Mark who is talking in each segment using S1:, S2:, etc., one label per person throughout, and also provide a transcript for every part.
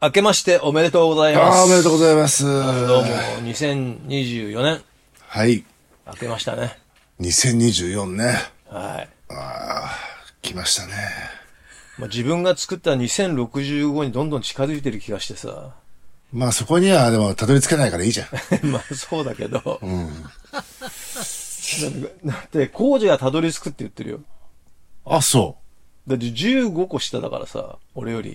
S1: 明けましておめでとうございます。
S2: あーおめでとうございます。
S1: どうも、2024年、
S2: はい。
S1: 明けましたね。
S2: 2024ね。
S1: はい。
S2: 来ましたね。
S1: まあ、自分が作った2065にどんどん近づいてる気がしてさ。
S2: まあそこにはでもたどり着けないからいいじゃん。
S1: まあ、そうだけど。だって、工事がたどり着くって言ってるよ。
S2: あ、そ
S1: だって15個下だからさ、俺より。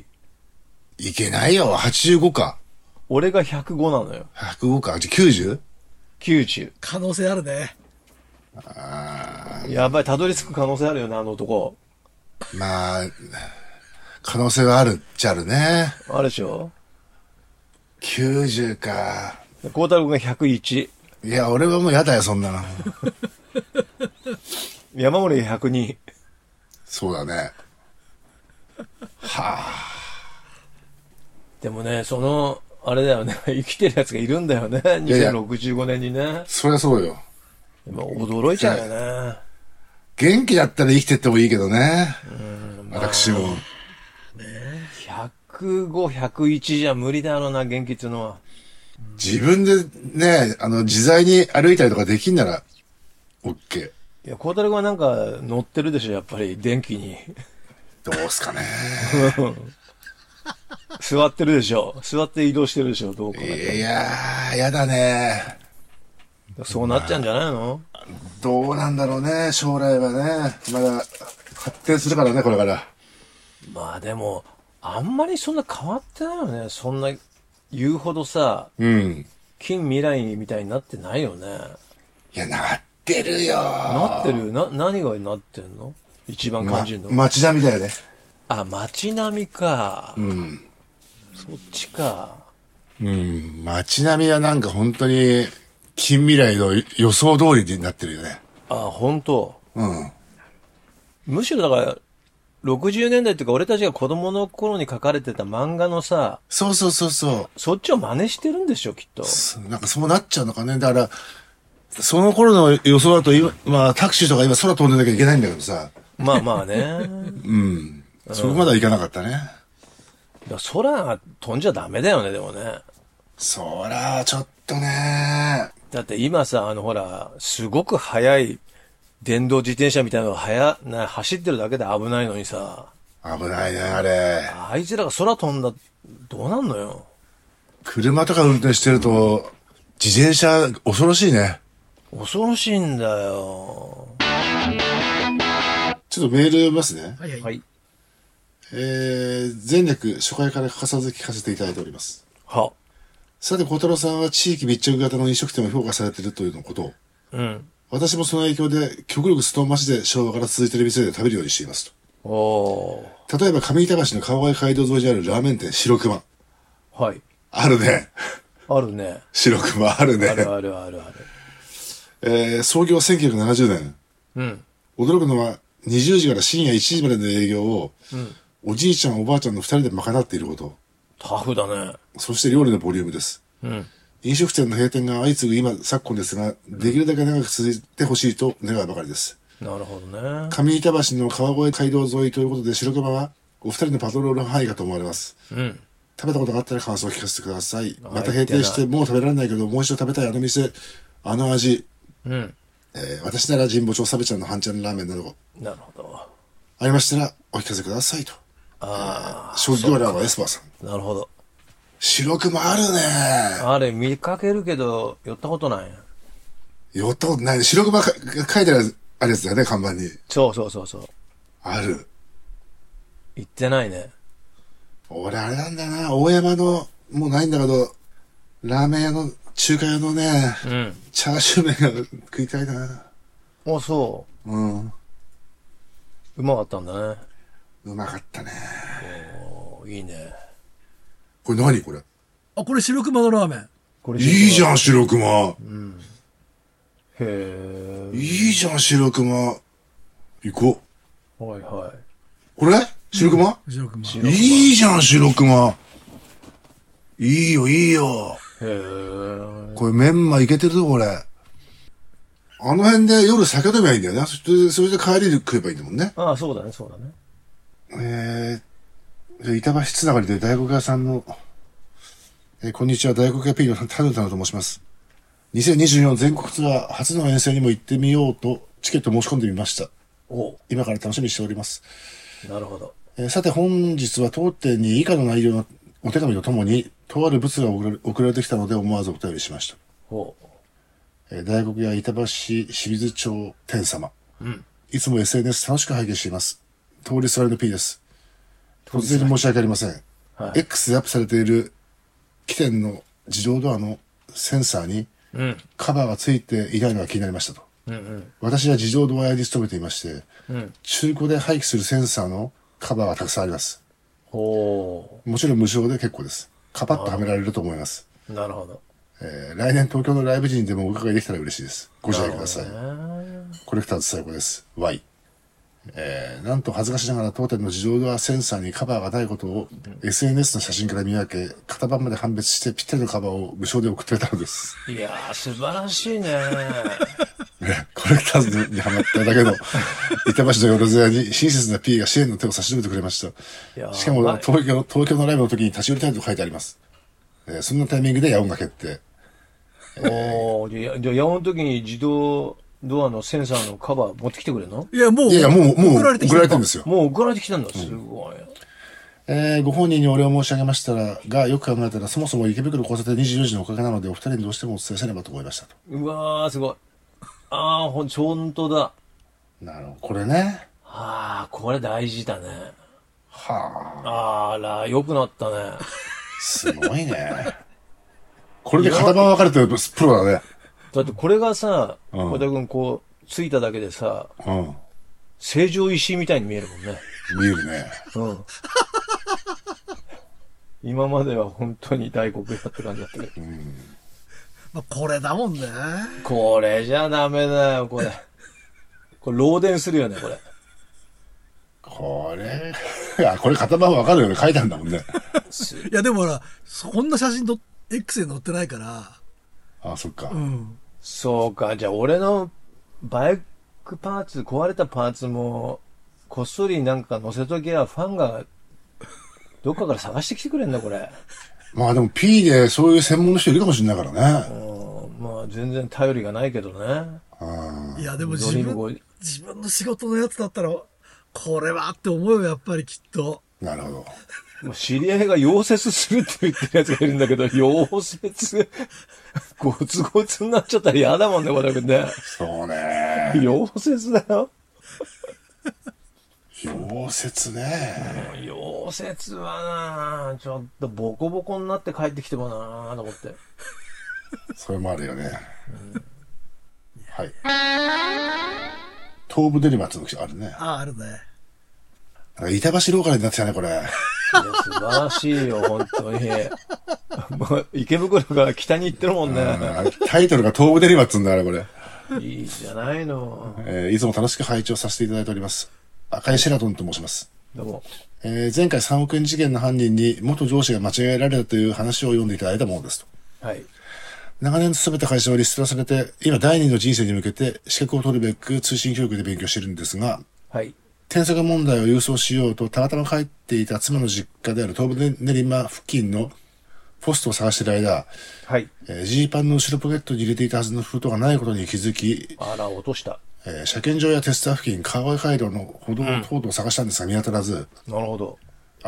S2: う。いけないよ。85か。
S1: 俺が105なのよ。
S2: 105か。じゃ、90?
S1: 90。
S3: 可能性あるね。
S1: やばい、たどり着く可能性あるよな、あの男。
S2: まあ、可能性はあるっちゃあるね。
S1: あるでしょ
S2: 90か。
S1: 孝太郎君が101。
S2: いや、俺はもうやだよ、そんなの。
S1: 山森が102。
S2: そうだね。
S1: でもね、その、あれだよね、 生きてるやつがいるんだよね、
S2: やいや
S1: 2065年にね。
S2: そりゃそうよ。
S1: でも驚いちゃうよね。
S2: 元気だったら生きてってもいいけどね。私も。
S1: 105、101じゃ無理だろうな、元気っていうのは。
S2: 自分でね、あの、自在に歩いたりとかできんなら、OK。
S1: いや、孝太郎君はなんか乗ってるでしょ、やっぱり、電気に。
S2: どうすかね。
S1: 座ってるでしょ。座って移動してるでしょ、どうかが。
S2: いやー、やだね。
S1: そうなっちゃうんじゃないの
S2: どうなんだろうね、将来はね。まだ、発展するからね、これから。
S1: まあでも、あんまりそんな変わってないよね。そんな、言うほどさ、
S2: うん。
S1: 近未来みたいになってないよね。
S2: いや、なってるよ
S1: なってるな、何がなってんの一番感じるの、
S2: ま町並みだよね。
S1: あ、街並みか。
S2: うん。
S1: そっちか。
S2: うん、街並みはなんか本当に、近未来の予想通りになってるよね。
S1: あ、本当
S2: うん。
S1: むしろだから、60年代っていうか俺たちが子供の頃に書かれてた漫画のさ、
S2: そうそうそうそう。
S1: そっちを真似してるんでしょ、きっ と。
S2: なんかそうなっちゃうのかね。だから、その頃の予想だと今、まあタクシーとか今空飛んでなきゃいけないんだけどさ。
S1: まあまあね。
S2: うん。そこまではいかなかったね。
S1: だから空が飛んじゃダメだよね、でもね。
S2: そら、ちょっとね。
S1: だって今さ、あのほら、すごく速い電動自転車みたいなのが速な、走ってるだけで危ないのにさ、
S2: 危ないね、あれ。
S1: あいつらが空飛んだ、どうなんのよ。
S2: 車とか運転してると、自転車恐ろしいね。
S1: 恐ろしいんだよ。
S2: ちょっとメール読みますね。
S3: はいはい。
S1: はい。
S2: えー、前略初回から欠かさず聞かせていただいております。
S1: は。
S2: さて、小太郎さんは地域密着型の飲食店を評価されているというのことを。
S1: うん。
S2: 私もその影響で、極力ストーン町で昭和から続いている店で食べるようにしていますと。
S1: おー。
S2: 例えば、上板橋の川越街道沿いにあるラーメン店、白熊。
S1: はい。
S2: あるね。
S1: あるね。
S2: 白熊あるね。
S1: あるあるあるある。
S2: えー創業1970年。
S1: うん。
S2: 驚くのは、20時から深夜1時までの営業を、おじいちゃん、おばあちゃんの2人で賄っていること。
S1: タフだね。
S2: そして料理のボリュームです。
S1: うん。
S2: 飲食店の閉店が相次ぐ今、昨今ですが、できるだけ長く続いてほしいと願うばかりです。
S1: なるほどね。
S2: 上板橋の川越街道沿いということで、白熊は、お二人のパトロールの範囲かと思われます。
S1: うん。
S2: 食べたことがあったら感想を聞かせてください。
S1: はい
S2: また閉店して、もう食べられないけど、もう一度食べたいあの店、あの味、
S1: うん。
S2: えー私なら神保町サベちゃんの半ちゃんラーメンなど、
S1: なるほど。
S2: ありましたらお聞かせくださいと。
S1: あ
S2: 職業欄はエスパーさん。
S1: あ、なるほど。
S2: 白熊あるね。
S1: あれ、見かけるけど、寄ったことない。
S2: 寄ったことないね。白熊か書いてあるあるやつだよね、看板に。
S1: そうそうそうそう。
S2: ある。
S1: 行ってないね。
S2: 俺あれなんだよな、大山の、もうないんだけど、ラーメン屋の、中華屋のね、
S1: うん。
S2: チャーシュー麺が食いたいな。
S1: あ、そ
S2: うん。
S1: う。うまかったんだね。
S2: うまかったね。
S1: おいいね。
S2: これ何これ
S3: あ、これ白熊のラーメン。
S1: これ
S2: いいじ
S1: ん。
S2: ゃん、白熊。
S1: へえ。
S2: いいじゃん、白熊。行こう。
S1: はいは
S2: これ白熊、
S3: 白熊。
S2: いいじゃん、白熊。いいよ、いいよ。
S1: い。へえ。
S2: これメンマいけてるぞ、これ。あの辺で夜酒飲めばいいんだよね。そして、それで帰りで食えばいいんだもんね。
S1: ああ、そうだね、そうだね。
S2: えー、じゃあ板橋つながりで大黒屋さんのえーこんにちは、大学 KP の田野田野と申します。2024全国ツアー初の遠征にも行ってみようと、チケット申し込んでみました。
S1: お
S2: 今から楽しみにしております。
S1: なるほど。
S2: えーさて本日は当店に以下の内容のお手紙とともに、とある物が送られ送られてきたので思わずお便りしました。
S1: お
S2: えー大黒屋板橋清水町店様。いつも SNS 楽しく拝見しています。通りすがりの P です。突然申し訳ありません。
S1: はい
S2: X でアップされている起点の自動ドアのセンサーに
S1: うん。
S2: カバーがついていないのが気になりましたと。
S1: うんうん。
S2: 私は自動ドア屋に勤めていまして、
S1: うん
S2: 中古で廃棄するセンサーのカバーがたくさんあります。
S1: お
S2: もちろん無償で結構です。カパッとはめられると思います。
S1: なるほど。
S2: えー来年東京のライブ時にでもお伺いできたら嬉しいです。ご自愛ください。
S1: ね
S2: コレクターズ最高です。Y。えーなんと恥ずかしながら当店の自動ドアセンサーにカバーがないことを SNS の写真から見分け、型番まで判別してぴったりのカバーを無償で送ってくれたのです。
S1: いやー、素晴らしいね。
S2: ねコレクターズにハマっただ けの、板橋のよろずやに親切な P が支援の手を差し伸べてくれまし
S1: いやー
S2: た。しかも
S1: はい
S2: 東京、東京のライブの時に立ち寄りたいと書いてあります。えーそんなタイミングでヤオンが決定。
S1: おー、いやじゃあ、ヤオの時に自動ドアのセンサーのカバー持ってきてくれるの
S3: いや、もう、
S2: いやいや、もう、もう、
S3: 送られてき
S2: 送
S3: た
S2: られてるんですよ。
S1: もう送られてきたんだ。すごい。
S2: えーご本人にお礼を申し上げましたら、が、よく考えたら、そもそも池袋交差点24時のおかげなので、お二人にどうしてもお伝えせればと思いましたと。
S1: うわー、すごい。あー、ほん、ほんとだ。
S2: なるほど。これね。
S1: あー、これ大事だね。
S2: はあ、
S1: あら、良くなったね。
S2: すごい ね。これで型番分かれてるプロだね。
S1: だってこれがさ、
S2: うん
S1: 小田君こう、ついただけでさ、
S2: う
S1: 成城石井みたいに見えるもんね。
S2: ん。見えるね。
S1: うん。 今までは本当に大黒屋って感じだったけど。
S3: まあこれだもんね。
S1: これじゃダメだよ、これ。 これ、漏電するよね、これ。
S2: これ、 いや、これ型番分かるよね。書いてあるんだもんね。
S3: いや、でもほら、そこんな写真と、X に載ってないから、
S2: あそっか。
S3: うん。
S1: そうか、じゃあ俺のバイクパーツ、壊れたパーツも、こっそりなんか乗せときゃファンが、どっかから探してきてくれんだ、これ。
S2: まあでも P でそういう専門の人いるかもしれないから
S1: う
S2: ね。
S1: ん、まあ全然頼りがないけどね。
S2: うん。
S3: いや、でも
S1: ド
S3: 自
S1: リームゴ
S3: 分
S1: ー、
S3: 自分の仕事のやつだったら、これはって思うよ、やっぱりきっと。
S2: なるほど。
S1: もう知り合いが溶接するって言ってるやつがいるんだけ ど、溶接、ごつごつになっちゃったら嫌だもんね、これね。
S2: そうね。
S1: 溶接だよ。
S2: 溶接ね。
S1: 溶接はなあちょっとボコボコになって帰ってきてもなあと思って。
S2: それもあるよね。はい。東武デリバツの記者あるね。
S3: ああ、あるね。
S2: なんか板橋ローカルになってたね、これ。
S1: いや素晴らし いよ、本当に。もう池袋から北に行ってるもんね。
S2: あタイトルが東武デリバっつうんだから、これ。
S1: いいじゃないの。
S2: えーいつも楽しく拝聴させていただいております。赤井シェラトンと申します。
S1: でも、
S2: えー前回3億円事件の犯人に元上司が間違えられたという話を読んでいただいたものですと。
S1: はい。
S2: 長年勤めた会社をリストラされて、今第二の人生に向けて資格を取るべく通信教育で勉強しているんですが、
S1: はい。
S2: 転職問題を郵送しようと、たまたま帰っていた妻の実家である東部練馬付近のポストを探している間、
S1: はい。
S2: えージーパンの後ろポケットに入れていたはずの封筒がないことに気づき、
S1: あら、落とした。
S2: えー車検場やテスター付近、川合街道の歩道等々を探したんですが見当たらず、
S1: なるほど。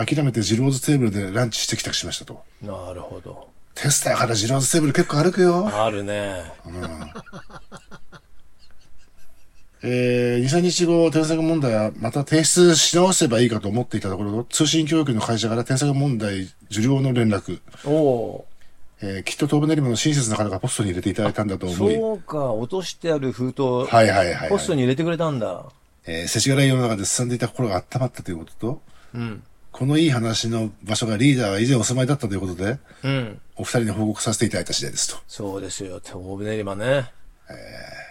S1: 帰
S2: 諦めてジローズテーブルでランチして帰宅しましたと。
S1: なるほど。
S2: テスターからジローズテーブル結構歩くよ。
S1: あるね。
S2: えー、2、3日後、添削問題はまた提出し直せばいいかと思っていたところ、通信教育の会社から添削問題受領の連絡。
S1: おお
S2: えーきっと東部練馬の親切な方がポストに入れていただいたんだと
S1: ー。
S2: 思い、
S1: そうか、落としてある封筒、
S2: はいはいはい、はい。
S1: ポストに入れてくれたんだ。
S2: えー、世知辛い世の中で進んでいた心が温まったということと、このいい話の場所がリーダーが以前お住まいだったということで、
S1: うん。
S2: お二人に報告させていただいた次第ですと。
S1: そうですよ。東武練馬ね。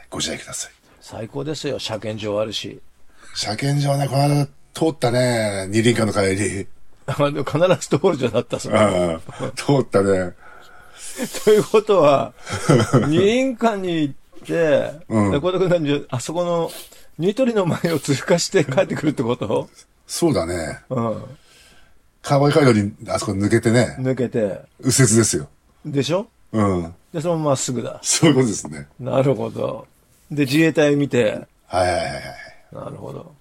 S2: ご自愛ください。
S1: 最高ですよ。車検場あるし。
S2: 車検場ね、この間通ったね、二輪館の帰り。
S1: あの必ず通るじゃなった、それ。
S2: うん、通ったね。
S1: ということ は、二輪館に行って、
S2: うん
S1: で小田君何じゃあそこの、 ニトリの前を通過して帰ってくるってこと
S2: そうだね。
S1: うん。
S2: カーボーイカードに、あそこ抜けてね、
S1: 抜けて。
S2: 右折ですよ。
S1: でしょ
S2: うん。
S1: で、そのまままっすぐだ。
S2: そういうことですね。
S1: なるほど。で、自衛隊見て、
S2: はいはいはいはい。
S1: なるほど。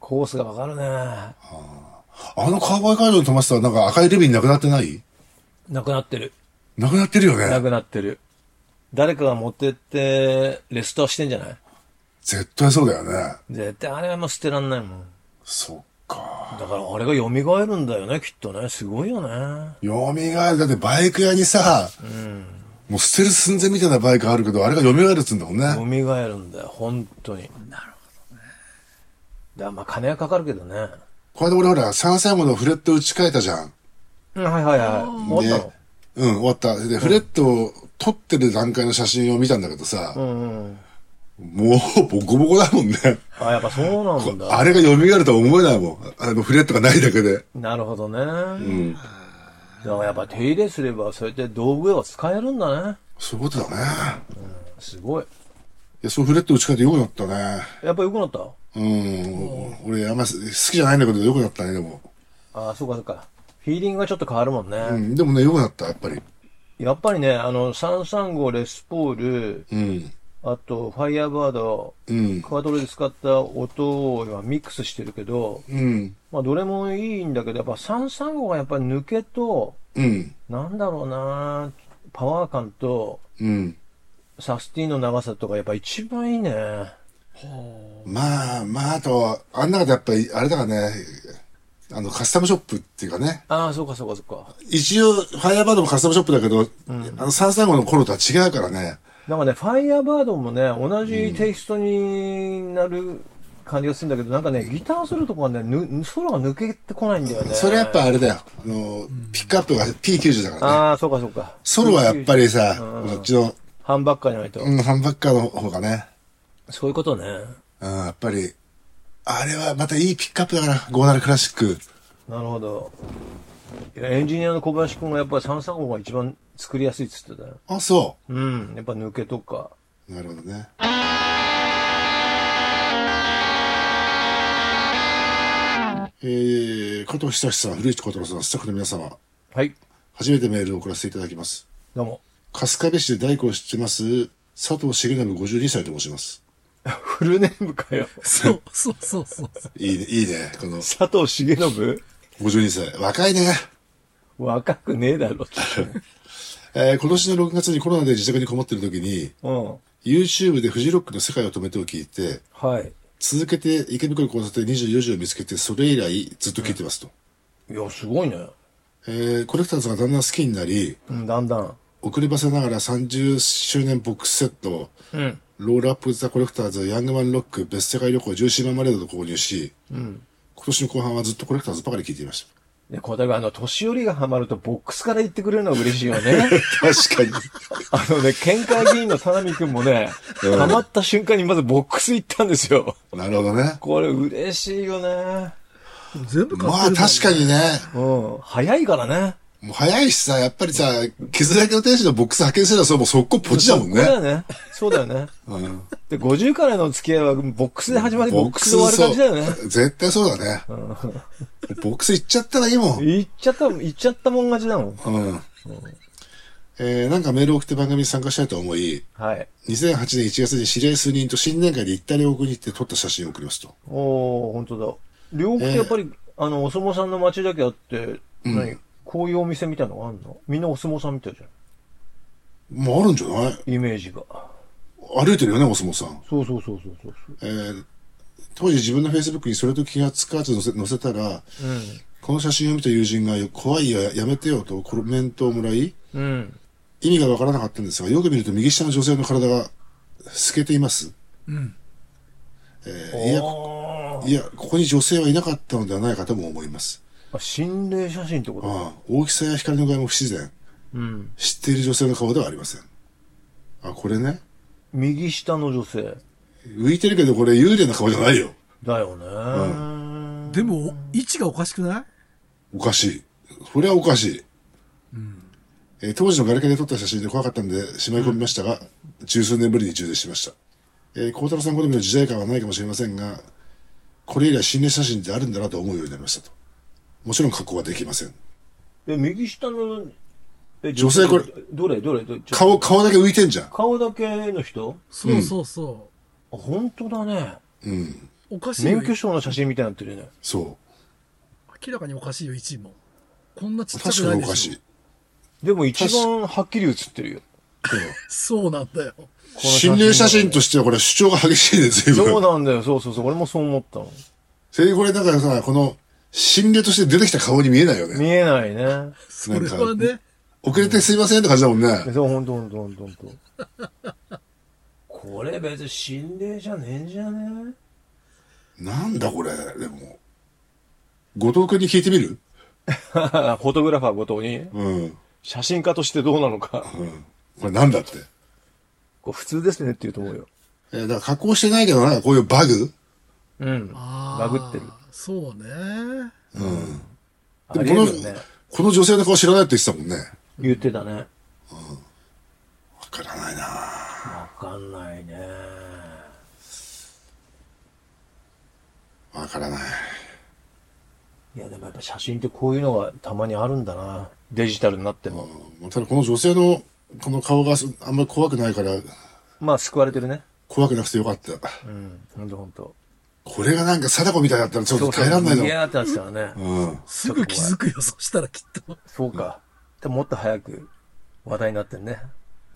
S1: コースがわかるね。
S2: あのカーボーイカードに飛ばしたらなんか赤いレビンなくなってない
S1: なくなってる。
S2: なくなってる よ
S1: な
S2: ね。
S1: くなってる。誰かが持ってって、レストアしてんじゃない
S2: 絶対そうだよね。
S1: 絶対あれはもう捨てらんないもん。
S2: そっか。
S1: だからあれが蘇るんだよね、きっとね。すごいよ ね。
S2: 蘇る。だってバイク屋にさ、もう捨てる寸前みたいなバイクあるけど、あれが蘇るっつうんだもん
S1: 蘇
S2: ね。
S1: るんだよ、本当に。なるほどね。だからまあ金はかかるけどね。
S2: これで俺ほら、3歳モのフレット打ち替えたじゃん。
S1: うん、はいはいはい。思ったの
S2: でうん、終わった。で、フレットを撮ってる段階の写真を見たんだけどさ、
S1: うんうん。
S2: もうボコボコだもんね。
S1: あ、やっぱそうなんだ。
S2: あれが蘇るとは思えないもん。あのフレットがないだけで。
S1: なるほどね。うん。だからやっぱ手入れすれば、そうやって道具が使えるんだね。
S2: そういうことだね。
S1: すごい。
S2: いや、そうフレット打ち替えてよくなったね。
S1: やっぱ良くなった
S2: うん。俺、あんま好きじゃないんだけど、よくなったね、でも。
S1: ああ、そうかそうか。フィーリングがちょっと変わるもんね。
S2: うん、でもね、よくなった、やっぱり。
S1: やっぱりね、あの、335レスポール、
S2: うん。
S1: あと、ファイヤーバード、
S2: うん。
S1: クワトロで使った音を今ミックスしてるけど、
S2: うん。
S1: まあ、どれもいいんだけど、やっぱ335がやっぱり抜けと、
S2: うん。
S1: なんだろうなパワー感と、
S2: うん。
S1: サスティの長さとかやっぱ一番いいね。
S2: まあ、まあ、あと、あん中でやっぱり、あれだからね、あの、カスタムショップっていうかね。
S1: ああ、そうかそうかそうか。
S2: 一応、ファイアーバードもカスタムショップだけど、あの、三三五の頃とは違うからね。
S1: なんかね、ファイヤーバードもね、同じテイストになる感じがするんだけど、なんかね、ギターソロとかね、ぬ、ソロが抜けてこないんだよね。
S2: それやっぱあれだよ。あの、ピックアップが P90 だからね。
S1: ああ、そうかそうか。
S2: ソロはやっぱりさ、こっちの、
S1: ハンバッカーじゃないと。
S2: うん、ハンバッカーの方がね、
S1: そういうことね。
S2: うん、やっぱり、あれはまたいいピックアップだから、50クラシック。
S1: なるほど。いや、エンジニアの小林くんがやっぱり335が一番作りやすいっつってたよ。
S2: あ、そ
S1: うん。やっぱ抜けとか。
S2: う。なるほどね。えー、加藤久志さん、古市小太郎さん、スタッフの皆様、
S1: はい。
S2: 初めてメールを送らせていただきます。
S1: どうも。
S2: 春日部市で大工を知ってます、佐藤重信52歳と申します。
S1: フルネームかよ。
S3: そう、そう、そう、そう。
S2: いいね、いいね、この
S1: 佐藤重信
S2: 52歳。若いね。
S1: 若くねえだろ。
S2: えー今年の6月にコロナで自宅にこもってる時に、
S1: うん。
S2: YouTube でフジロックの世界を止めてを聞いて、
S1: はい。
S2: 続けて池袋交差点24時を見つけて、それ以来ずっと聞いてますと。
S1: いや、すごいね。
S2: えーコレクターズがだんだん好きになり、
S1: うん、だんだん。
S2: 送りばせながら30周年ボックスセット、
S1: うん。
S2: ロールアップザコレクターズ、ヤングマンロック、別世界旅行、ジューシーマンマレードと購入し、今年の後半はずっとコレクターズばかり聞いていまし
S1: で、小田があの、年寄りがハマるとボックスから言ってくれるのが嬉しいよね。
S2: た。確かに。
S1: あのね、県会議員の田波くんもね、ハマった瞬間にまずボックス行ったんですよ。
S2: なるほどね。
S1: これ嬉しいよね。
S3: 全部買
S2: まあ
S3: ってる。
S2: 確かにね、
S1: うん。早いからね。
S2: もう早いしさ、やっぱりさ、削られの天使のボックス派遣すればそれもう速攻ポチだもん
S1: そうだよ
S2: ね。
S1: ね。 そうだよね。
S2: うん
S1: で、50からの付き合いはボックスで始まり、ボックスで終わる感じだよね。
S2: そう絶対そうだね。ボックス行っちゃったらいいもん。
S1: 行っちゃった、行っちゃったもん勝ちだもん。
S2: うん。えー、なんかメールを送って番組に参加したいと思い、
S1: はい。
S2: 2008年1月に知り合い数人と新年会で一体で送りに行って撮った写真を送りますと。
S1: おー、本当だ。両国ってやっぱり、あの、お相撲さんの街だけあって、何こういうお店みたいのがあんのみんなお相撲さんみたいじゃ
S2: まああるんじゃない
S1: ん。イメージが。
S2: 歩いてるよね、お相撲さん。
S1: そうそうそうそうそうそう。
S2: えー、当時自分の Facebook にそれと気がつかず載せ載せたら、この写真を見た友人が怖いよ、やめてよとコメントをもらい、
S1: うん。
S2: 意味がわからなかったんですが、よく見ると右下の女性の体が透けています。えーいや、こ
S1: あ
S2: いや、ここに女性はいなかったのではないかとも思います。
S1: あ。心霊写真ってこと
S2: ああ大きさや光の具合も不自然。
S1: うん。
S2: 知っている女性の顔ではありません。あ、これね。
S1: 右下の女性。
S2: 浮いてるけど、これ幽霊の顔じゃないよ。
S1: だよね、
S3: でも、位置がおかしくない
S2: おかしい。それはおかしい。えー当時のガラケーで撮った写真で怖かったんで、しまい込みましたが、十数年ぶりに充電しました。えー、孝太郎さん好みの時代感はないかもしれませんが、これ以来心霊写真ってあるんだなと思うようになりましたと。もちろん加工はできません。
S1: え、右下の、え、
S2: 女性これ
S1: どれどれどれちょ
S2: 顔、顔だけ浮いてんじゃん。
S1: 顔だけの人
S3: そうそうそ
S1: あ、本当だね。
S2: うん。
S3: う。おかしいよ
S1: 免。許証の写真みたいになってるね。
S2: そ
S3: 明らかにおかしいよ、1位も。こんなち
S2: う。
S3: っちゃ
S2: 確
S3: く
S2: か
S3: ない
S2: にお
S3: でしょ。
S2: かしい。
S1: でも一番はっきり写ってるよ。
S3: そうなんだよ。
S2: 心霊写真としてはこれ主張が激しいです、随
S1: そう
S2: 分。
S1: なんだよ。そうそうそう。俺もそう思ったの。
S2: それでこれだからさ、この、心霊として出てきた顔に見えないよね。
S1: 見えないね。
S3: それはね、
S2: 遅れてすいませんって感じだもんね。
S1: そう、ほんとほんとほんとほんと。これ別に心霊じゃねえんじゃね
S2: なんだこれ、でも。後藤くんに聞いてみる
S1: え フォトグラファーごとに、
S2: うん。
S1: 写真家としてどうなのか。
S2: これなんだって。
S1: こう普通ですねって言うと思うよ。
S2: えーだから加工してないけどなんかこういうバグ
S1: うん。
S3: あ
S1: バ
S3: あ。
S1: グってる。。
S3: そうね。
S1: あ
S2: で
S1: り
S2: も
S1: える
S2: こ
S1: よ
S2: の、
S1: ね。
S2: この女性の顔知らないって言ってたもんね。
S1: 言ってたね。
S2: わからないな
S1: わかんないね。
S2: わからない。
S1: いや、でもやっぱ写真ってこういうのがたまにあるんだな。デジタルになっても。
S2: うんただこの女性の、この顔がすあんまり怖くないから、
S1: まあ、救われてるね。
S2: 怖くなくてよかった。
S1: うん。ほんとほんと。
S2: これがなんか貞子みたいだったらちょっと耐えらんないの。
S1: いやーってなってたらね。
S2: うん。
S3: すぐ気づくよ、そしたらきっと。
S1: そうか。でももっと早く話題になってんね。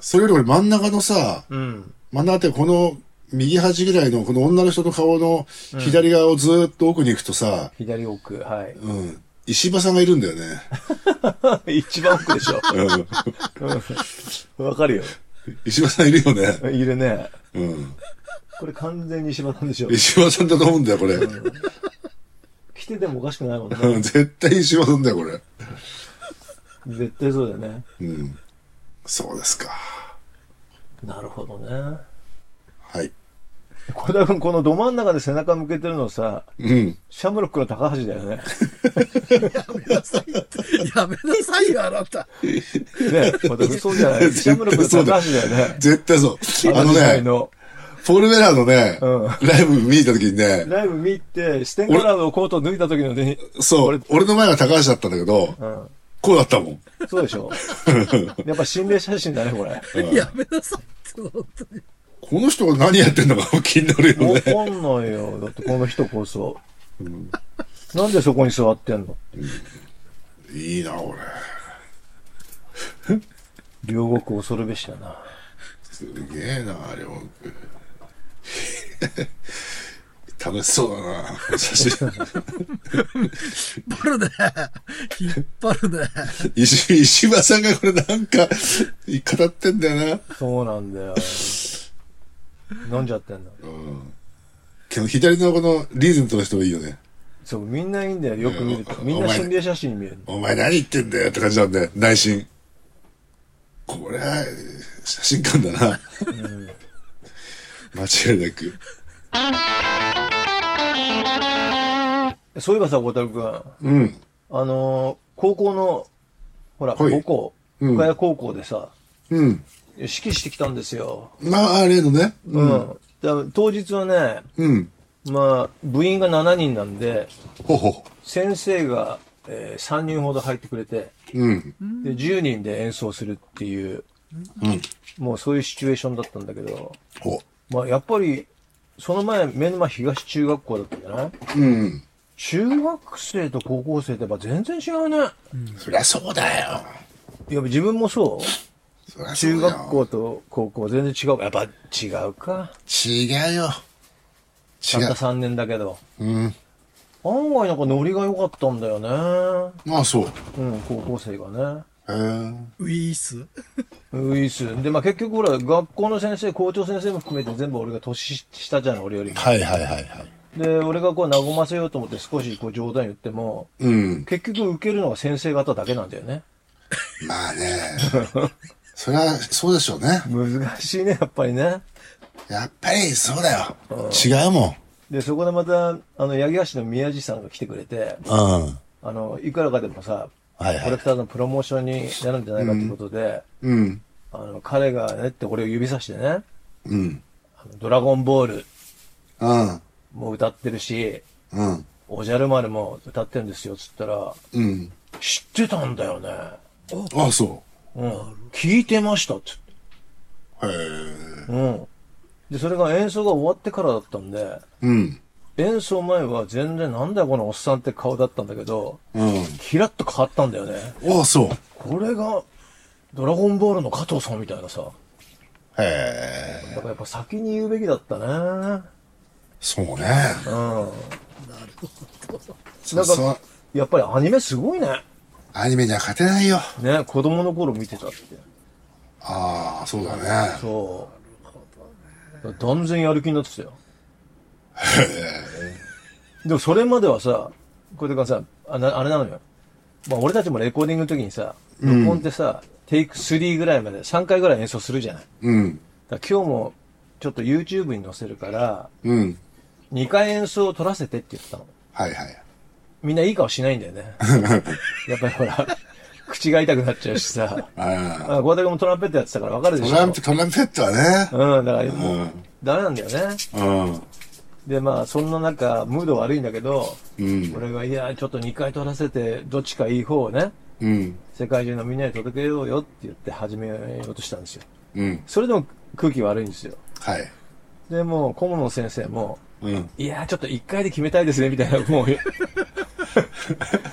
S2: それより俺真ん中のさ、
S1: うん。
S2: 真ん中ってこの右端ぐらいのこの女の人の顔の左側をずーっと奥に行くとさ、
S1: 左奥。はい。
S2: うん。石破さんがいるんだよね。
S1: 一番奥でしょ。
S2: うん。
S1: うんわかるよ。
S2: 石破さんいるよね。
S1: いるね。
S2: うん。
S1: これ完全に柴田でしょ。
S2: 石破さんだと思うんだよ、これ。
S1: 来ててもおかしくないもんね。
S2: うん絶対石破さんだよ、これ。
S1: 絶対そうだよね。
S2: うん。そうですか。
S1: なるほどね。
S2: はい。
S1: 小田君、このど真ん中で背中向けてるのさ、
S2: うん。
S1: シャムロックの高橋だよね。
S3: やめなさいって。やめなさいよ、あなた。
S1: ね小田君、そう じゃない。シャムロックの高橋だよね。
S2: 絶対そう。あの
S1: 時代
S2: ね、
S1: の。
S2: ポール・ベラーのね、
S1: う
S2: ライブ見に行った時にね、
S1: ライブ見て、ステンカラーのコートを脱いだ時のね、
S2: そう、
S1: 俺
S2: 俺の前が高橋だったんだけど、
S1: うん。
S2: こうだったもん。
S1: そうでし ょ。やっぱ心霊写真だね、これ。
S3: やめなさいって、本当に。
S2: この人が何やってんのか気になるよ
S1: わ
S2: ね。
S1: かんないよ。だってこの人こそ。なんでそこに座ってんの
S2: いいな、俺。
S1: 両国恐るべしだな。
S2: すげえな、あれも。 楽しそうだな、写真。
S3: 引っ張るね。引っ張るね。
S2: 石石破さんがこれなんか、語ってんだよな。
S1: そうなんだよ。飲んじゃってんだ。
S2: けど左のこのリーゼントの人もいいよね。
S1: そう、みんないいんだよ。よく見ると。みんな心霊写真に見える。
S2: お前何言ってんだよって感じなんで、内心。これは、写真館だな。間違いなく。
S1: そういえばさ、小太郎くん。
S2: うん。
S1: あのー高校の、ほら、
S2: はい
S1: 母校、深谷高校でさ、
S2: うん。
S1: 指揮してきたんですよ。
S2: まあ、例のね。う。
S1: うんん。だ当日はね、
S2: うん。
S1: まあ、部員が7人なんで、
S2: ほほ。
S1: 先生が、え3人ほど入ってくれて、
S2: うん。
S1: で、10人で演奏するっていう、
S2: うん。
S1: もうそういうシチュエーションだったんだけど、
S2: ほ。
S1: まあ、やっぱり、その前、目の前東中学校だったんじゃない
S2: うん。
S1: 中学生と高校生ってやっぱ全然違うね。
S2: そりゃそうだよ。
S1: いや、自分もそう
S2: そりゃそ
S1: 中
S2: うよ
S1: 学校と高校全然違う。やっぱ違うか。
S2: 違うよ。
S1: たった3年だけど。
S2: 違う。うん。
S1: 案外なんかノリが良かったんだよね。
S2: まあ、そう。へ
S1: うん、高校生がね。
S2: え。うん。
S3: ウィース
S1: ウイス。で、まあ結局ほら、学校の先生、校長先生も含めて全部俺が年下じゃん、俺より。
S2: はいはいはいはい。
S1: で、俺がこう、和ませようと思って少しこう冗談言っても、
S2: うん。
S1: 結局受けるのが先生方だけなんだよね。
S2: まあね。 そりゃ、そうでしょうね。
S1: 難しいね、やっぱりね。
S2: やっぱりそうだよ。違うも
S1: で、そこでまた、あの、八木橋の宮地さんが来てくれて、
S2: ん。うん。
S1: あの、いくらかでもさ、
S2: はい
S1: コレク。ターズのプロモーションになるんじゃないかってことで、
S2: うん。
S1: あの、彼がねって俺を指さしてね、
S2: うん。
S1: あのドラゴンボール
S2: うん。
S1: も歌ってるし、
S2: うん。
S1: おじゃる丸も歌ってるんですよ、つったら、
S2: うん。
S1: 知ってたんだよね。
S2: ああ、そ
S1: うん。聞いてました、つって。
S2: う。へえ。
S1: うん。で、それが演奏が終わってからだったんで、
S2: うん。
S1: 演奏前は全然なんだよこのおっさんって顔だったんだけど、
S2: うん。
S1: キラッと変わったんだよね。
S2: ああ、そう。
S1: これが、ドラゴンボールの加藤さんみたいなさ。
S2: へえ。
S1: だからやっぱ先に言うべきだったね。
S2: そうね。
S1: うん。
S3: なるほど。
S2: そうそう。
S1: やっぱりアニメすごいね。
S2: アニメには勝てないよ。
S1: ね、子供の頃見てたって。
S2: ああ、そうだね。
S1: そう。断然やる気になってたよ。でもそれまではさ、これがさ、あなあれなのよ。まあ俺たちもレコーディングの時にさ、録音ってさ、テイク3ぐらいまで3回ぐらい演奏するじゃない。
S2: うん。
S1: だから今日もちょっと YouTube に載せるから、
S2: うん。
S1: 2回演奏を撮らせてって言ってたの。
S2: はいはい。
S1: みんないい顔しないんだよね。やっぱりほら、口が痛くなっちゃうしさ。
S2: ああ。
S1: あ、小田君もトランペットやってたからわかるでし
S2: ト
S1: ょ。
S2: ランペトランペットはね。
S1: うん、だからもう、
S2: うん。
S1: ダメなんだよね。
S2: うん。
S1: で、まあ、そんな中、ムード悪いんだけど、
S2: うん。
S1: 俺が、いや、ちょっと2回撮らせて、どっちかいい方をね、
S2: うん。
S1: 世界中のみんなに届けようよって言って始めようとしたんですよ。
S2: うん。
S1: それでも空気悪いんですよ。
S2: はい。
S1: で、もう、顧問の先生も、
S2: うん。
S1: いやー、ちょっと1回で決めたいですね、みたいな、もう、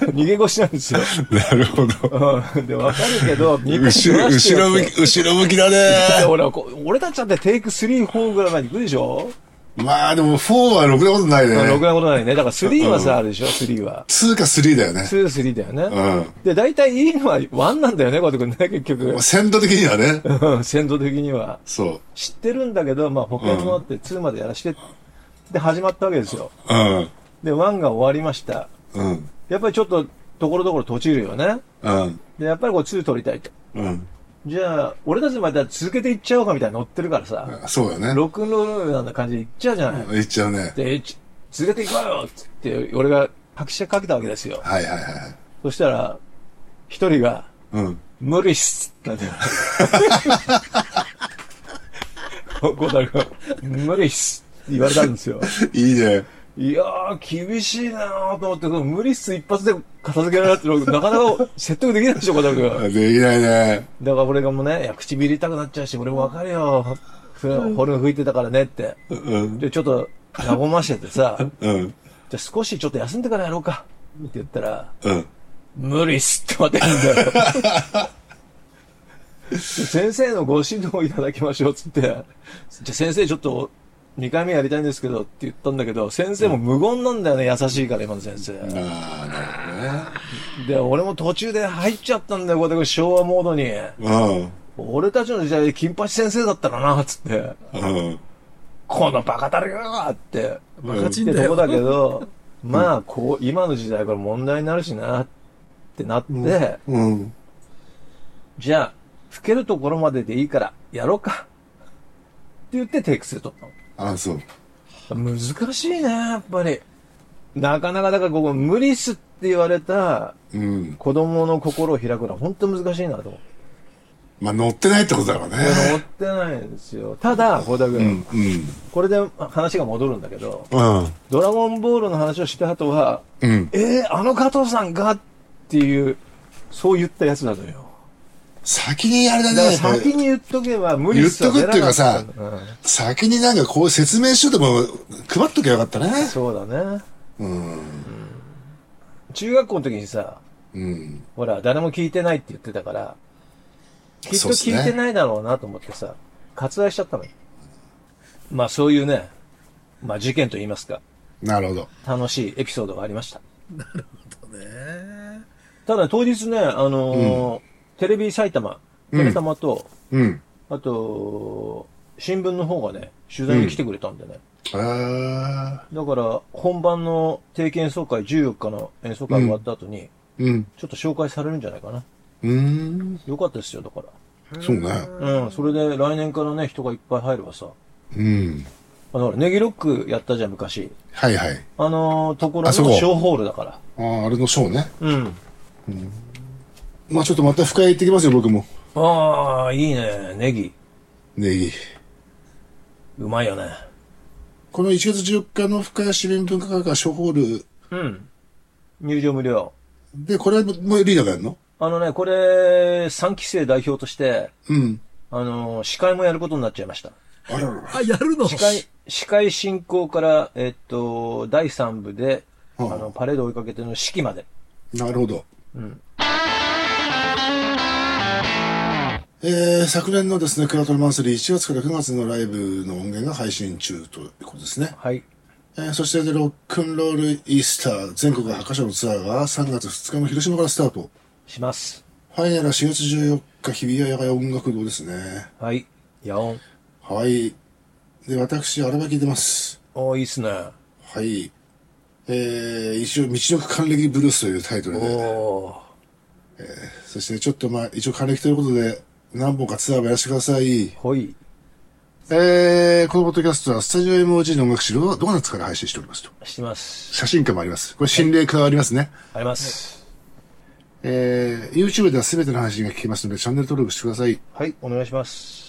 S1: 逃げ腰なんですよ。
S2: なるほど。
S1: うん。で、わかるけど、2回
S2: 後ろ、後ろ向
S1: き。
S2: き、後ろ向きだ
S1: だって
S2: ね。
S1: ほらこ俺たちだってテイク3、4ぐらいまで行くでしょ
S2: まあでも4はろくなことない
S1: ろく
S2: ね。
S1: なことないね。だから3は
S2: うん
S1: さ、あるでしょ ?3 は。
S2: 2か3だよね。
S1: 2、3だよね。
S2: うん。
S1: で、大体いいのは1なんだよね、こうやってくんね、結局。
S2: 鮮度的にはね。
S1: うん先導的には。
S2: そ
S1: 知ってるんだけど、まあ、保険もあって2までやらして、で、始まったわけですよ。
S2: う。うん。
S1: で、1が終わりました。
S2: うん。
S1: やっぱりちょっと、ところどころ途中るよね。
S2: うん。
S1: で、やっぱりこう2取りたいと。
S2: うん。
S1: じゃあ、俺たちまた続けていっちゃおうかみたいに乗ってるからさ、
S2: そうだね。
S1: ロックンロールのような感じでいっちゃうじゃない。
S2: いっちゃうね。
S1: で、ち続けていこうよってって、俺が拍車かけたわけですよ。
S2: はいはいはい。
S1: そしたら、一人が、
S2: うん。
S1: 無理っすなんて言われた。君、無理っすって言われたんですよ。
S2: いいね。
S1: いやー、厳しいなーと思って、その無理っす一発で片付けられるってのなかなか説得できないでしょ、小田君。だか
S2: できないね。
S1: ら俺がもうね、いや、唇痛くなっちゃうし、俺もわかるよ。それホルン吹いてたからねって。
S2: うん。
S1: で、ちょっと、和ましててさ、
S2: うん。
S1: じゃあ少しちょっと休んでからやろうか。って言ったら、
S2: うん。
S1: 無理っすって待ってるんだよ。 先生のご指導をいただきましょうっつって、じゃあ先生ちょっと2回目やりたいんですけどって言ったんだけど、先生も無言なんだよね、優しいから今の先生。
S2: ああ、なる
S1: で、俺も途中で入っちゃったんだよ、こうやって昭和モードに。
S2: ほどね。
S1: 俺たちの時代で金八先生だったらな、つって。
S2: うん。うん。
S1: このバカだるよって。
S2: う
S3: バカ
S2: ん
S3: チ
S1: っ
S3: ン
S1: て
S3: だ
S1: とこだ
S3: よ。
S1: けど、まあ、こう、今の時代から問題になるしな、ってなって、
S2: うん。
S1: じゃあ、吹けるところまででいいから、やろうか。って言ってテイク2取っ
S2: ああ、そう。
S1: たの。難しいね、やっぱり。なかなか、だからここ、無理っすって言われた
S2: うん。
S1: 子供の心を開くのは本当難しいなと思って。
S2: まあ、乗ってないってことだろうね。
S1: 乗ってないんですよ。ただ、小田君、
S2: うん。うん。
S1: これで話が戻るんだけど、
S2: うん。
S1: ドラゴンボールの話をした後は、
S2: うん。
S1: えー、あの加藤さんがっていう、そう言ったやつなのよ。
S2: 先にあれだ
S1: だから
S2: ね。
S1: 先に言っとけば無理すは出なった
S2: 言っとくって
S1: の
S2: 先になんかこう説明書でも配っときゃよかったね。
S1: うんそうだね。
S2: うん。
S1: 中学校の時にさ、
S2: うん。
S1: ほら、誰も聞いてないって言ってたから、きっと
S2: そうっすね
S1: 聞いてないだろうなと思ってさ、割愛しちゃったのよ。まあそういうね、まあ事件と言いますか、
S2: なるほど。
S1: 楽しいエピソードがありました。
S3: ね
S1: ただ当日ね、あのーテレビ埼玉、テレ玉と、
S2: うん。
S1: あと、新聞の方がね、取材に来てくれたんでね。
S2: ああ。
S1: だから、本番の定期演奏会、14日の演奏会終わった後に、
S2: うん。
S1: ちょっと紹介されるんじゃないかな。
S2: うん。
S1: よかったですよ、だから。
S2: そうね。
S1: うん、それで来年からね、人がいっぱい入ればさ。
S2: うん。
S1: あの、ほらネギロックやったじゃん、昔。
S2: はいはい。
S1: あのーところの
S2: あそこ
S1: 小ホールだから。
S2: ああ、あれのショーね。
S1: うん。
S2: まあちょっとまた深谷行ってきますよ、僕も。
S1: ああ、いいね、ネギ。
S2: ネギ。
S1: うまいよね。
S2: この1月14日の深谷市民文化会館小ホール
S1: うん。入場無料。
S2: で、これもリーダーがやるの
S1: あのね、これ、3期生代表として、
S2: うん。
S1: あの、司会もやることになっちゃいました。
S2: あららら。
S3: あ、やるの
S1: 司会、司会進行から、えっと、第3部で、あ
S2: はあ
S1: の、パレードを追いかけての式まで。
S2: なるほど。えー、昨年のですね、クラトルマンスリー1月から9月のライブの音源が配信中ということですね。
S1: はい。
S2: えー、そしてロックンロールイースター全国8カ所のツアーが3月2日の広島からスタート。
S1: します。
S2: ファイナルは4月14日日比谷野外音楽堂ですね。
S1: はい。やおん。
S2: はい。で、私、荒垣出ます。
S1: おー、いいっすね。
S2: はい。えー、一応、道のく還暦ブルースというタイトルで、
S1: おー。
S2: そしてちょっとまあ、一応還暦ということで、何本かツアーをやらせてください。
S1: ほい。
S2: えー、このポッドキャストは、スタジオ MOG の音楽史をドーナツから配信しておりますと。
S1: してます。
S2: 写真館もあります。これ、心霊館ありますね。
S1: あります。
S2: えー、YouTube では全ての配信が聞けますので、チャンネル登録してください。
S1: はい、お願いします。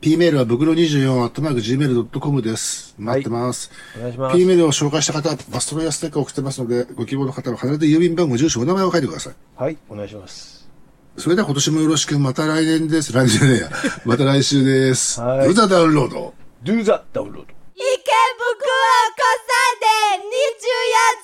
S2: p メールは、ブクロ24、アットマーク、gmail.com です。待ってます。
S1: お願いします
S2: p メールを紹介した方、バストロイヤーステッカーを送ってますので、ご希望の方は必ず郵便番号、住所、お名前を書いてください。
S1: はい、お願いします。
S2: それでは今年もよろしく、また来年です。来年じゃねえや。また来週です。
S1: はい
S2: ウザダウンロード。
S1: Do the download!
S4: 池袋子さんで24時